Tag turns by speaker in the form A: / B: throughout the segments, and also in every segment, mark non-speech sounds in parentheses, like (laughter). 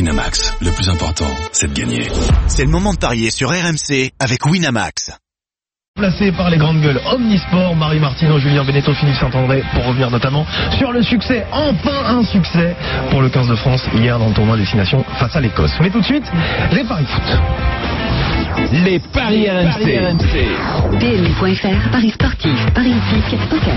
A: Winamax, le plus important, c'est de gagner.
B: C'est le moment de parier sur RMC avec Winamax.
C: Placé par les grandes gueules Omnisport, Marie Martineau, Julien Beneteau, Philippe Saint-André, pour revenir notamment sur le succès, enfin un succès pour le 15 de France hier dans le tournoi Destination face à l'Écosse. Mais tout de suite, les paris foot.
D: Les Paris RMC.
E: PMU.fr, Paris sportif, Paris hippique, poker.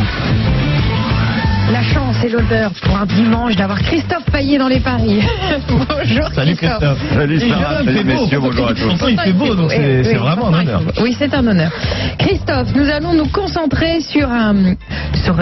F: La chance et l'honneur pour un dimanche d'avoir Christophe Payet dans les paris. (laughs) Bonjour
C: Salut Christophe. Salut
G: Sarah, salut messieurs, bonjour à tous.
C: il fait beau, donc c'est
F: Oui,
C: c'est
F: oui,
C: vraiment un
F: franchement,
C: honneur.
F: il fait beau. Oui, c'est un honneur. Christophe, nous allons nous concentrer sur un. sur-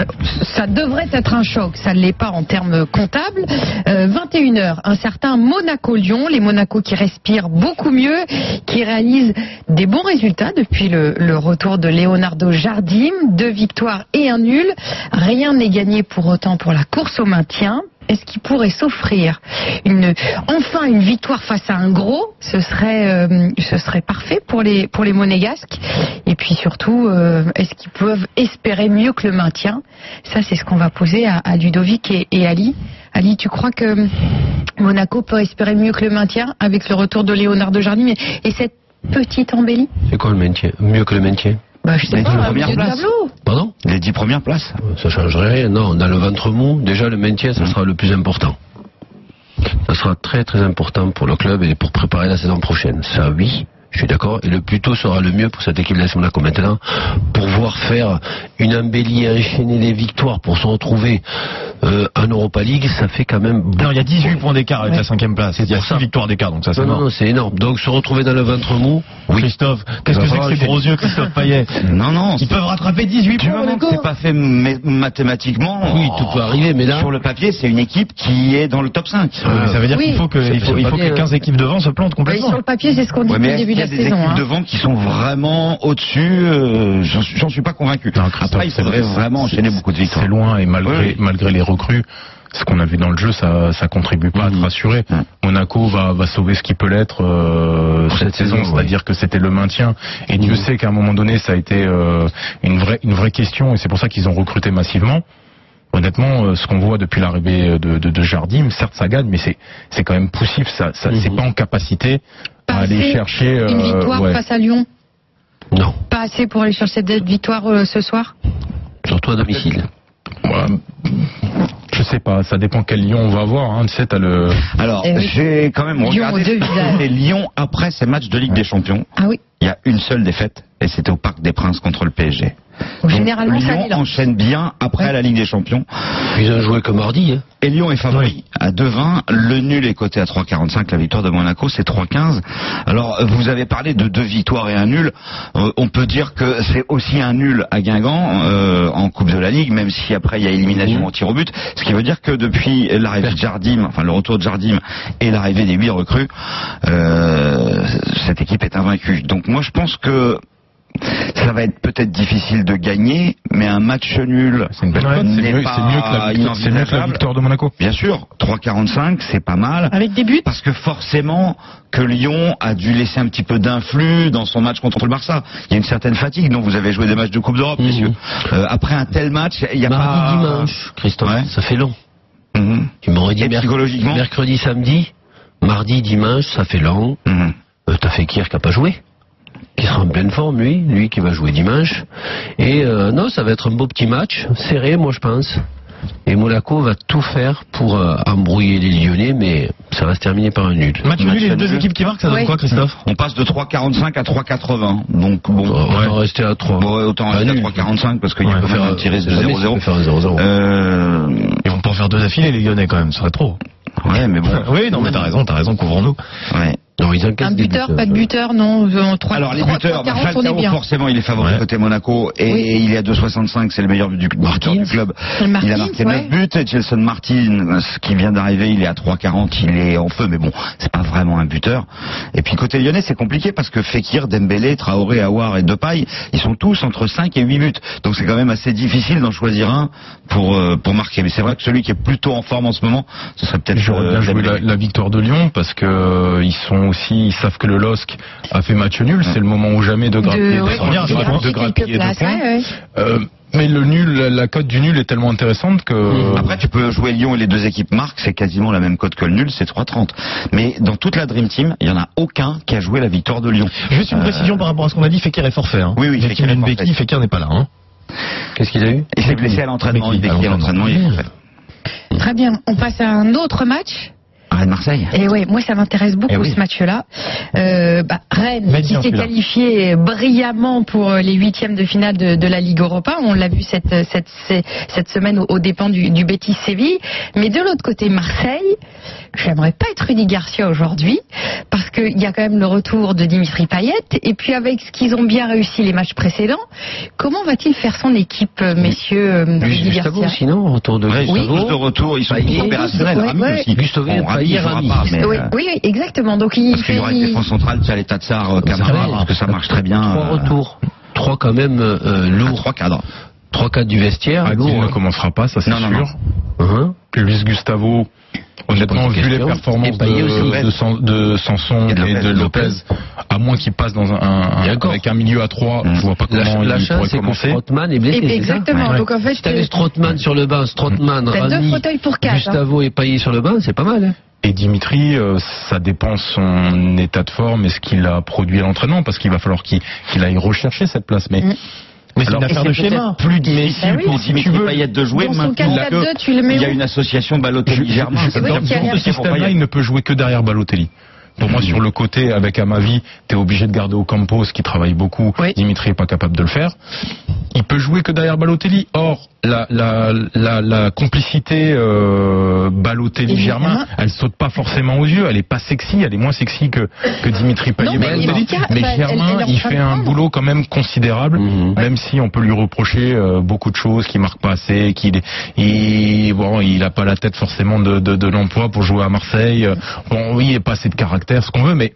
F: ça devrait être un choc, ça ne l'est pas en termes comptables. Euh, 21h, un certain Monaco-Lyon, les Monaco qui respirent beaucoup mieux, qui réalisent des bons résultats depuis le, le retour de Leonardo Jardim, deux victoires et un nul. Rien n'est gagné pour autant pour la course au maintien. Est-ce qu'il pourrait s'offrir une, enfin une victoire face à un gros Ce serait, euh, ce serait parfait pour les, pour les monégasques. Et puis surtout, euh, est-ce qu'ils peuvent espérer mieux que le maintien Ça, c'est ce qu'on va poser à, à Ludovic et, et Ali. Ali, tu crois que Monaco peut espérer mieux que le maintien avec le retour de Léonard de Jardim et, et cette petite embellie
D: C'est quoi le maintien Mieux que le maintien
F: bah, Je
G: Mais
F: sais pas,
G: dis-le
F: au
G: première
F: milieu du
G: place.
F: tableau. Bah,
D: Pardon
G: Les dix premières places.
D: Bah Ça changerait rien. Non, dans le ventre mou, déjà le maintien, ça sera le plus important. Ça sera très très important pour le club et pour préparer la saison prochaine. Ça, oui. Je suis d'accord. Et le plus tôt sera le mieux pour cette équipe de l'AS Monaco maintenant, pour voir faire une embellie, enchaîner les victoires, pour se retrouver euh, en Europa League, ça fait quand même
C: Non, il y a 18 points d'écart avec
D: Ouais.
C: la cinquième place.
D: C'est
C: Il y a
D: pour ça.
C: 6 victoires d'écart, donc ça c'est
D: Non, non,
C: mort.
D: non, c'est énorme. Donc se retrouver dans le ventre mou, oui.
C: Christophe, qu'est-ce
D: va
C: que c'est
D: falloir
C: que ces
D: le
C: gros yeux, Christophe
D: (laughs)
C: Payet
G: Non, non.
C: Ils peuvent rattraper 18
G: Du
C: points,
G: moment que
C: Monaco.
G: c'est pas fait mé- mathématiquement. euh,
D: Oui, tout peut arriver, mais là-
G: Sur le papier, c'est une équipe qui est dans le top 5.
C: Oui, Ah, mais ça veut dire
F: Oui.
C: qu'il faut que, il faut,
D: c'est
C: il faut
D: pas bien,
C: que 15 équipes devant se plantent
F: Oui,
C: complètement.
F: sur le papier, c'est ce qu'on dit
G: Ouais,
F: depuis
G: mais
F: le
G: est-ce
F: début
G: qu'il
F: de
G: y a
F: la
G: des
F: saison.
G: équipes
F: hein.
G: devant qui sont vraiment au-dessus euh, J'en suis- j'en suis pas convaincu.
H: Non, Christophe,
G: Après, il
H: c'est-
G: faudrait vraiment enchaîner beaucoup de victoires.
H: C'est loin et malgré,
G: Oui.
H: malgré les recrues, ce qu'on a vu dans le jeu, ça, ça contribue pas à te
G: Mhm.
H: rassurer.
G: Mhm.
H: Monaco va, va sauver ce qui peut l'être euh, cette,
D: cette
H: saison,
D: saison,
H: c'est-à-dire que c'était le maintien. Et Dieu
G: Mm-hmm.
H: sait qu'à un moment donné, ça a été euh, une vraie, une vraie question, et c'est pour ça qu'ils ont recruté massivement. Honnêtement, euh, ce qu'on voit depuis l'arrivée de, de, de Jardim, certes ça gagne, mais c'est c'est quand même poussif. Ça, ça
G: Mm-hmm.
H: c'est pas en capacité à
F: Passer
H: aller chercher
F: Une
H: euh,
F: victoire
H: ouais.
F: face à Lyon,
D: Non.
F: pas assez pour aller chercher cette victoire euh, ce soir
D: Surtout à domicile.
H: Ouais. Je sais pas, ça dépend quel lion on va avoir. Hein. Tu sais, t'as le
G: Alors,
F: Eh oui.
G: j'ai quand même
F: Lyon aux deux
G: (laughs) regardé
F: visages.
G: les Lyon après ces matchs de Ligue des Champions.
F: Ah oui,
G: Il y a une seule défaite, et c'était au Parc des Princes contre le PSG.
F: Donc, généralement, ça
G: Lyon
F: dit là.
G: enchaîne bien après
F: Ouais.
G: la Ligue des Champions.
D: Ils ont joué que mardi. Hein.
G: Et Lyon est favori à 2,20. Le nul est coté à 3,45. La victoire de Monaco, c'est 3,15. Alors, euh, vous avez parlé de deux victoires et un nul. Euh, on peut dire que c'est aussi un nul à Guingamp euh, en Coupe de la Ligue, même si après il y a élimination au tir au but. Ce qui veut dire que depuis l'arrivée de Jardim, enfin le retour de Jardim et l'arrivée des huit recrues, euh, cette équipe est invaincue. Donc moi, je pense que ça va être peut-être difficile de gagner, mais un match nul
H: C'est une belle cote, c'est
G: n'est
H: mieux,
G: pas
H: c'est mieux que la victoire- c'est mieux que la
G: inenvisageable.
H: victoire de Monaco.
G: Bien sûr, 3,45, c'est pas mal.
F: Avec des buts
G: Parce que forcément que Lyon a dû laisser un petit peu d'influx dans son match contre le Barça. Il y a une certaine fatigue. Non, vous avez joué des matchs de Coupe d'Europe, messieurs. Euh, après un tel match, il n'y a pas...
D: Mhm. Mardi, dimanche, Christophe,
G: Ouais.
D: ça fait long.
G: Mhm,
D: Tu m'aurais dit
G: Et
D: merc-
G: psychologiquement
D: mercredi, samedi, mardi, dimanche, ça fait long.
G: mhm.
D: Euh, T'as fait Kier qui n'a pas joué, qui sera en pleine forme, lui, lui qui va jouer dimanche. Et euh, non, ça va être un beau petit match, serré, moi je pense. Et Monaco va tout faire pour euh, embrouiller les Lyonnais, mais ça va se terminer par un nul.
C: Match nul, les
G: Match
C: deux
G: nul.
C: équipes qui marquent, ça donne
F: Ouais.
C: quoi,
G: (laughs)
C: Christophe
G: On passe de 3,45 à 3,80. Donc
D: On va-
G: bon,
D: on va rester à 3.
G: bon, autant
D: Un
G: rester à
D: nul.
G: 3,45 parce qu'il y
D: Ouais,
G: a
D: on
G: quand
D: peut
G: même
D: faire euh,
G: un petit risque de
D: jamais ça peut
G: 0-0.
D: faire un 0-0.
G: Euh,
C: Ils vont pas en faire deux d'affilée, les Lyonnais, quand même, ce serait trop.
G: ouais, mais bon.
C: Oui, non, mais t'as raison, t'as raison, couvrons-nous.
G: Ouais.
D: Non, ils encaissent
F: Un
D: des
F: buteur,
D: buts,
F: pas de
D: euh,
F: buteur, non. euh, trois-
G: Alors les
F: trois-
G: buteurs,
F: trois
G: bah,
F: quarante, on est
G: Falcao
F: bien.
G: forcément il est favori
C: Ouais.
G: côté Monaco et
F: Oui.
G: il est à 2,65, c'est le meilleur du, du buteur du club. il a
F: Martins,
G: marqué
F: ouais.
G: 9 buts et Jelson Martin, ce qui vient d'arriver, il est à 3,40, il est en feu, mais bon, c'est pas vraiment un buteur. Et puis côté lyonnais c'est compliqué parce que Fekir, Dembélé, Traoré, Aouar et Depay, ils sont tous entre 5 et 8 buts. Donc c'est quand même assez difficile d'en choisir un pour, euh, pour marquer. Mais c'est vrai que celui qui est plutôt en forme en ce moment, ce serait peut-être
H: J'aurais
G: euh,
H: bien joué
G: Dembélé.
H: la, la victoire de Lyon parce que euh, ils sont aussi, ils savent que le LOSC a fait match nul. C'est le moment ou jamais de grappiller,
F: ouais,
H: de,
C: de grappiller
H: grappiller- de grappiller
F: quelques
H: deux
F: places,
H: points.
F: ouais, ouais.
H: Euh, mais le nul, la cote du nul est tellement intéressante que.
G: Après, tu peux jouer Lyon et les deux équipes marquent, c'est quasiment la même cote que le nul, c'est 3,30. Mais dans toute la Dream Team, il n'y en a aucun qui a joué la victoire de Lyon.
C: Juste une
G: Euh,
C: précision par rapport à ce qu'on a dit, Fekir est forfait. Hein.
G: Oui, oui,
C: Dès
G: Fekir
C: qu'il a
G: est
C: une
G: forfait.
C: béquille, Fekir n'est pas là. Hein.
D: Qu'est-ce qu'il a eu
G: Il s'est blessé à l'entraînement, il est blessé à l'entraînement, il est forfait.
F: Très bien. On passe à un autre match.
G: Arrête Marseille.
F: Et Eh ouais, moi ça m'intéresse beaucoup
C: Eh oui.
F: ce match-là. Euh, bah, Rennes
C: Vas-y,
F: qui s'est
C: celui-là.
F: qualifié brillamment pour euh, les huitièmes de finale de, de la Ligue Europa. On l'a vu cette, cette, cette- cette semaine au- aux dépens du, du Betis Séville. Mais de l'autre côté, Marseille, j'aimerais pas être Rudy Garcia aujourd'hui parce qu'il y a quand même le retour de Dimitri Payet. Et puis avec ce qu'ils ont bien réussi les matchs précédents, comment va-t-il faire son équipe, euh, messieurs euh,
D: Lui,
F: Rudy
D: Gustavo,
F: Garcia
D: sinon, autour de
G: Ouais, ils sont
D: Gustavo.
G: tous de retour, ils sont
D: Bah, il
G: tous
D: est-
G: opérationnels.
D: ouais,
G: Rami
D: ouais.
G: aussi.
D: Gustavo,
G: Bon,
D: Payet,
G: Rami, il jouera
D: Rami.
G: pas, mais,
F: oui,
G: euh,
F: oui, oui, exactement. Donc il
G: Parce qu'il y aura une
F: fait-
G: défense centrale, tu as l'état de Sarr, Camara,
D: vrai.
G: parce que ça marche très bien.
D: Trois
G: euh,
D: retours. Trois quand même euh,
G: à
D: lourds.
G: Trois Ah, cadres.
D: Trois quatre du vestiaire.
H: Adil
D: Lourds.
H: ne commencera pas, ça c'est
G: Non,
H: sûr.
G: non, non.
D: Hein
H: Puis Luis Gustavo, honnêtement,
D: pose des
H: vu les
D: questions.
H: performances
D: Et Payet
H: de,
D: aussi.
H: de, San- de Sanson
G: Et
H: et
G: de
H: de,
G: Lopez.
H: Lopez, à moins qu'il passe dans un, un-
D: Et encore.
H: avec un milieu à 3,
G: Mm.
H: je vois pas
D: La,
H: comment
D: la
H: il
D: chance,
H: pourrait
D: c'est que
H: commencer.
D: Strootman est
F: Et-
D: blessé. c'est ça
F: Exactement. Donc en fait, euh,
D: Si t'avais Strootman sur le banc, Strootman,
F: T'as deux
D: Rami,
F: fauteuils pour quatre, hein.
D: Gustavo et Payet sur le banc, c'est pas mal. Hein.
H: Et Dimitri, euh, ça dépend son état de forme et ce qu'il a produit à l'entraînement, parce qu'il va falloir qu'il qu'il aille rechercher cette place. Mais
C: Mais c'est
H: Alors,
C: une affaire de
F: et c'est
C: schéma.
H: plus
F: Bah
H: difficile
F: oui.
G: Pour
H: pour
G: Dimitri
H: veux-
G: Payet de jouer
F: Dans son
G: maintenant
F: 4-4-2,
G: que
F: tu le mets
G: il y a
F: où
G: une association
H: Germain,
G: Balotelli-Germain.
F: C'est vrai
H: dans
F: qu'il y a
H: dans
F: l'air-
H: ce système-là, il ne peut jouer que derrière Balotelli. Pour moi, sur le côté, avec Amavi, t'es obligé de garder Ocampos, qui travaille beaucoup.
F: Oui.
H: Dimitri est pas capable de le faire. Il peut jouer que derrière Balotelli. Or, la, la, la, la complicité euh,
F: Évidemment.
H: Balotelli-Germain, elle saute pas forcément aux yeux. Elle est pas sexy. Elle est moins sexy que, que Dimitri Payet.
F: mais
H: Balotelli.
F: en tout cas,
H: Mais
F: bah, elle-
H: Germain,
F: elle est en
H: il
F: train de
H: fait un
F: prendre.
H: boulot quand même considérable,
D: Mhm.
H: même si on peut lui reprocher euh, beaucoup de choses, qu'il marque pas assez, qu'il est- il, bon, il a pas la tête forcément de, de, de l'emploi pour jouer à Marseille. Euh, Bon, oui, il est pas assez de caractère, ce qu'on veut, mais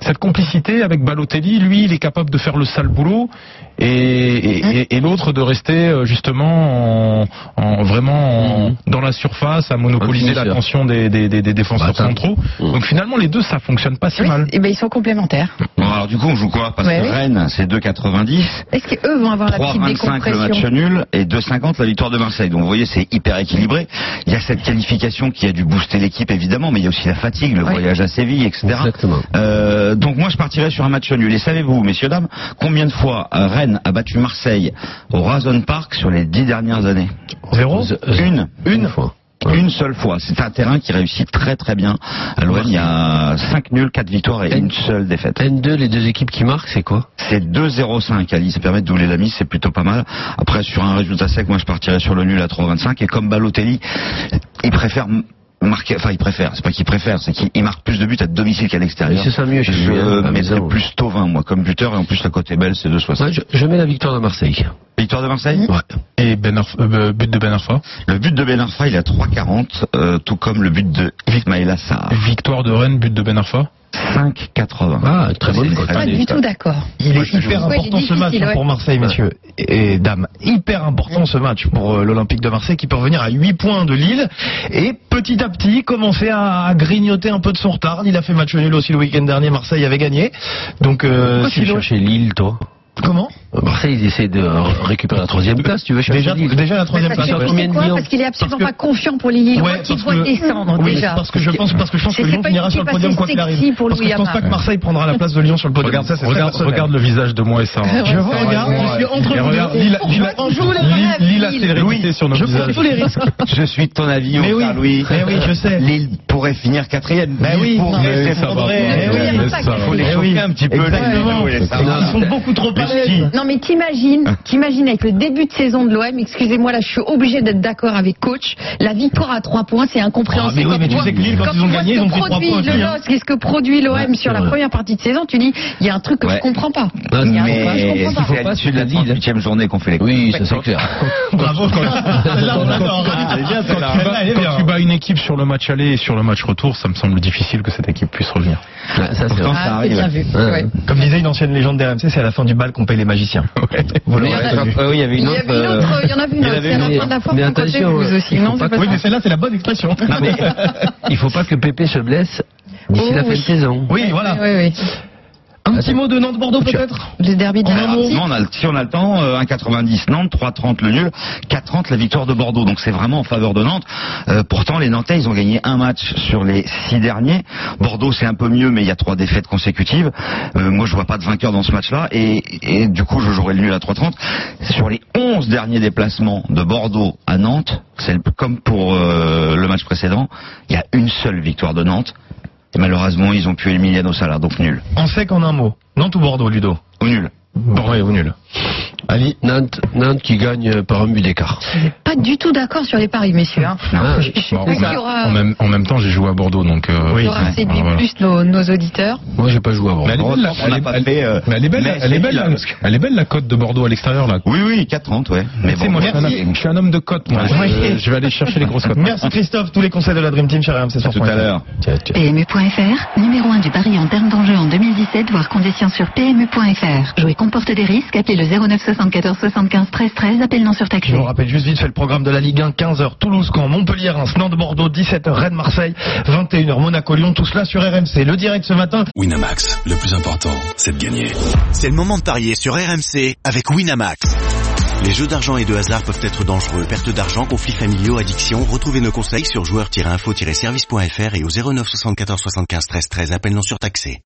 H: cette complicité avec Balotelli, lui, il est capable de faire le sale boulot et, et, et- et l'autre de rester euh, justement en, en- vraiment en-
D: Mhm.
H: dans la surface, à monopoliser
D: finisseur.
H: l'attention des, des, des, des défenseurs
D: Bah, attends.
H: centraux.
D: Mhm.
H: Donc finalement, les deux, ça fonctionne pas si
F: Oui,
H: mal.
F: eh ben, ils sont complémentaires.
G: Bon, alors du coup, on joue quoi Parce
F: Ouais,
G: que
F: ouais.
G: Rennes, c'est 2,90.
F: Est-ce qu'eux vont avoir la petite
G: 3,25 le
F: décompression
G: match nul et 2,50 la victoire de Marseille. Donc vous voyez, c'est hyper équilibré. Il y a cette qualification qui a dû booster l'équipe évidemment, mais il y a aussi la fatigue, le
F: Oui.
G: voyage à Séville, etc.
D: Exactement.
G: Euh, donc moi je partirais sur un match nul. Et savez-vous, messieurs dames, combien de fois euh, Rennes a battu Marseille au Razon Park sur les dix dernières années
C: Zéro
D: Z-
G: Une.
D: Une fois. Ouais.
G: Une seule fois. C'est un terrain qui réussit très très bien. À l'OM, il y a 5 nuls, 4 victoires et
D: Et-
G: une seule défaite.
D: N2, les deux équipes qui marquent, c'est quoi
G: C'est 2-0-5, Ali. Ça permet de doubler la mise, c'est plutôt pas mal. Après, sur un résultat sec, moi, je partirais sur le nul à 3-25. Et comme Balotelli, il préfère m- marquer, enfin, il préfère, c'est pas qu'il préfère, c'est qu'il il marque plus de buts à domicile qu'à l'extérieur.
D: Mais c'est ça mieux chez lui, hein, à la
G: Je mettrais
D: maison.
G: plus Tovin, moi, comme buteur. Et en plus, la côté est belle, c'est 2-60.
D: Ouais, je, je mets la victoire de Marseille.
G: Victoire de Marseille?
D: Ouais.
H: Et ben Arfa- euh, but de Ben Arfa.
G: Le but de Ben Arfa, il est à 3-40, euh, tout comme le but de Ismaïla Sarr.
H: Victoire de Rennes, but de Ben Arfa.
G: 5-80.
D: Ah, très bonne
G: C'est
D: cote.
F: Pas du tout d'accord.
C: Il
G: Moi,
C: est
G: je joue.
C: hyper
F: Ouais,
C: important
F: il est
C: ce match
F: difficile,
C: hein,
F: ouais.
C: pour Marseille, messieurs et dames. Hyper important ce match pour euh, l'Olympique de Marseille qui peut revenir à 8 points de Lille et petit à petit commencer à, à grignoter un peu de son retard. Il a fait match nul aussi le week-end dernier. Marseille avait gagné. Donc, euh,
D: Pourquoi tu
C: Silo-
D: veux chercher Lille, toi
C: comment
D: Marseille, ils essaient de euh, récupérer la troisième place. Tu veux chercher
C: déjà,
D: Lille
C: déjà la troisième
F: Parce
C: place.
F: que
D: à
F: tu sais
D: combien de
F: quoi
D: millions
F: Parce qu'il est absolument
C: Parce
F: pas confiant pour les Lillois
C: Ouais,
F: qui
C: parce
F: doit
C: que-
F: descendre
C: Oui,
F: déjà.
C: parce que je pense, parce que je pense
F: C'est-
C: que
F: c'est
C: Lyon
F: pas
C: finira
F: une
C: sur le
F: équipe
C: podium
F: assez
C: quoi qu'il
F: sexy
C: arrive.
F: pour
C: Parce que
F: Louis
C: je pense pas
F: Hamar.
C: que Marseille prendra la place de Lyon sur le podium.
H: Regarde,
C: Ça, c'est très
H: regarde,
C: personnel.
H: regarde le visage de moi
C: (laughs)
H: et ça.
C: Je vous regarde, je suis entre
H: Et
C: vous
H: regarde,
C: deux.
H: Lille,
C: On
H: Lille-
C: joue les
H: Lille-
C: rêves,
H: Lille a
C: Lille.
H: ses réalités sur nos
C: Je prends
H: visages.
C: tous les risques.
G: Je suis de ton avis,
C: Mais oui,
G: Oscar Louis.
C: mais oui, je sais.
G: Lille pourrait finir quatrième.
C: Ben
G: Lille
C: oui, non,
G: pourrait
C: mais
G: s'effondrer.
C: ça va pas.
G: Eh oui,
C: Mais
H: laisse
F: ça,
H: ça.
G: faut les
C: Eh
G: chauffer
C: oui.
G: un petit peu.
C: Exactement.
G: les Lillois,
D: Exactement.
G: ça
C: Ils
G: va.
C: sont beaucoup trop à l'aise.
F: Euh, Non mais
G: Ah.
F: t'imagines, t'imagines avec le début de saison de l'OM, excusez-moi là je suis obligé d'être d'accord avec coach, la victoire à 3 points c'est
C: Ah, mais
F: incompréhensible.
C: oui, mais
F: Quand
C: tu
F: vois-
C: sais que Lille, quand ils ont
F: tu vois
C: gagné,
F: ce
C: ils ont
F: que
C: pris trois
F: produit
C: points aussi,
F: Le
C: hein.
F: LOSC et ce que produit l'OM sur la
D: c'est vrai.
F: première partie de saison, tu dis il y a un truc que
G: Ouais.
F: je comprends pas.
D: Non,
F: Il y a un truc que je
G: Mais
D: Il
F: comprends
D: faut
F: pas.
G: c'est à
D: pas,
G: l'issue de la
D: tu l'as dit.
G: 18 e journée qu'on fait les
D: Oui, ça c'est clair.
C: Bravo. Là, on adore.
H: Elle est bien,
C: Quand
H: celle-là.
C: tu vas- elle est
H: Quand
C: bien. hein.
H: tu bats une équipe sur le match aller et sur le match retour, ça me semble difficile que cette équipe puisse revenir.
D: Là, ça, c'est
G: Pourtant,
D: vrai.
G: ça
F: Ah, c'est
G: arrive.
F: bien vu.
D: Ouais.
F: ouais.
C: Comme disait une ancienne légende des RMC, c'est à la fin du bal qu'on paye les magiciens. Vous l'aurez
D: Mais
G: Ouais,
D: attends,
C: entendu.
G: euh, oui, il y avait
F: Il y
G: une
F: avait
G: autre.
F: une autre, il y en avait une
G: il y
F: autre,
G: avait
F: c'est
D: une
F: la
D: autre.
F: fin de la forme
D: Mais
F: qu'on côté
D: attention,
F: vous aussi.
D: il faut
F: Non, c'est
D: pas
F: pas
C: Oui,
F: ça.
D: Ah
C: mais celle-là, c'est la bonne expression.
G: euh, non, mais-
D: Il faut pas que Pépé se blesse D'ici
F: Oh,
D: la fin
F: oui.
D: de saison.
C: Oui, voilà.
F: Oui, oui.
C: Un petit mot de Nantes-Bordeaux peut-être
F: Le derby de
C: En
F: la
C: un mot.
G: Alors,
F: partie.
G: nous, on a le- si on a le temps, euh, 1,90 Nantes, 3,30 le nul, 4,30 la victoire de Bordeaux. Donc c'est vraiment en faveur de Nantes. Euh, pourtant, les Nantais, ils ont gagné un match sur les six derniers. Bordeaux, c'est un peu mieux, mais il y a trois défaites consécutives. Euh, moi, je vois pas de vainqueur dans ce match-là. Et, et du coup, je jouerai le nul à 3,30. Sur les 11 derniers déplacements de Bordeaux à Nantes, c'est le- comme pour euh, le match précédent, il y a une seule victoire de Nantes. Et malheureusement, ils ont pu éliminer nos salaires, donc nul.
C: On sait qu'en un mot. Nantes ou Bordeaux, Ludo
G: Au nul.
C: Bordeaux ou nul.
D: Ali, Nantes, Nantes qui gagne par un but d'écart.
F: Pas du tout d'accord sur les paris, messieurs. hein.
D: Hein
F: Je suis
H: Bon,
F: pas
H: en,
F: sûre,
H: même,
F: euh,
H: en même- en même temps, j'ai joué à Bordeaux, donc. euh,
F: on
C: Oui.
F: aura
G: ouais,
F: séduit
H: voilà.
F: plus nos, nos auditeurs.
D: Moi, j'ai pas joué avant.
H: Mais elle est belle, la-
G: On
H: elle
G: n'a
H: est-
G: pas
H: elle-
G: fait, euh,
H: mais elle est belle,
G: mais
H: elle est
G: c'est
H: belle, hein,
G: nul,
H: la-
G: là, parce que-
H: elle est belle, la cote de Bordeaux à l'extérieur là.
G: Oui, oui, 4,30, ouais. Mais
H: Tu sais,
G: bon,
H: moi, je suis un
G: merci.
H: homme- je suis un homme de cote. Moi,
C: Ouais.
H: je, je vais aller chercher les grosses cotes.
C: Merci Christophe, tous les conseils de la Dream Team, cher RMC
G: À tout à l'heure.
E: PMU.fr, numéro 1 du pari en termes d'enjeu en 2017, voire conditions sur PMU.fr. Jouer comporte des risques, appelez le 09 74 75 13 13, appel non
C: Je
E: surtaxé.
C: vous rappelle juste vite fait le programme de la Ligue 1, 15h Toulouse, Caen, Montpellier, Reims, Nantes, Bordeaux, 17h Rennes, Marseille, 21h Monaco, Lyon, tout cela sur RMC. Le direct ce matin,
A: Winamax, le plus important, c'est de gagner.
B: C'est le moment de parier sur RMC avec Winamax. Les jeux d'argent et de hasard peuvent être dangereux. Perte d'argent, conflits familiaux, addiction. Retrouvez nos conseils sur joueurs-info-service.fr et au 09 74 75 13 13. Appel non surtaxé.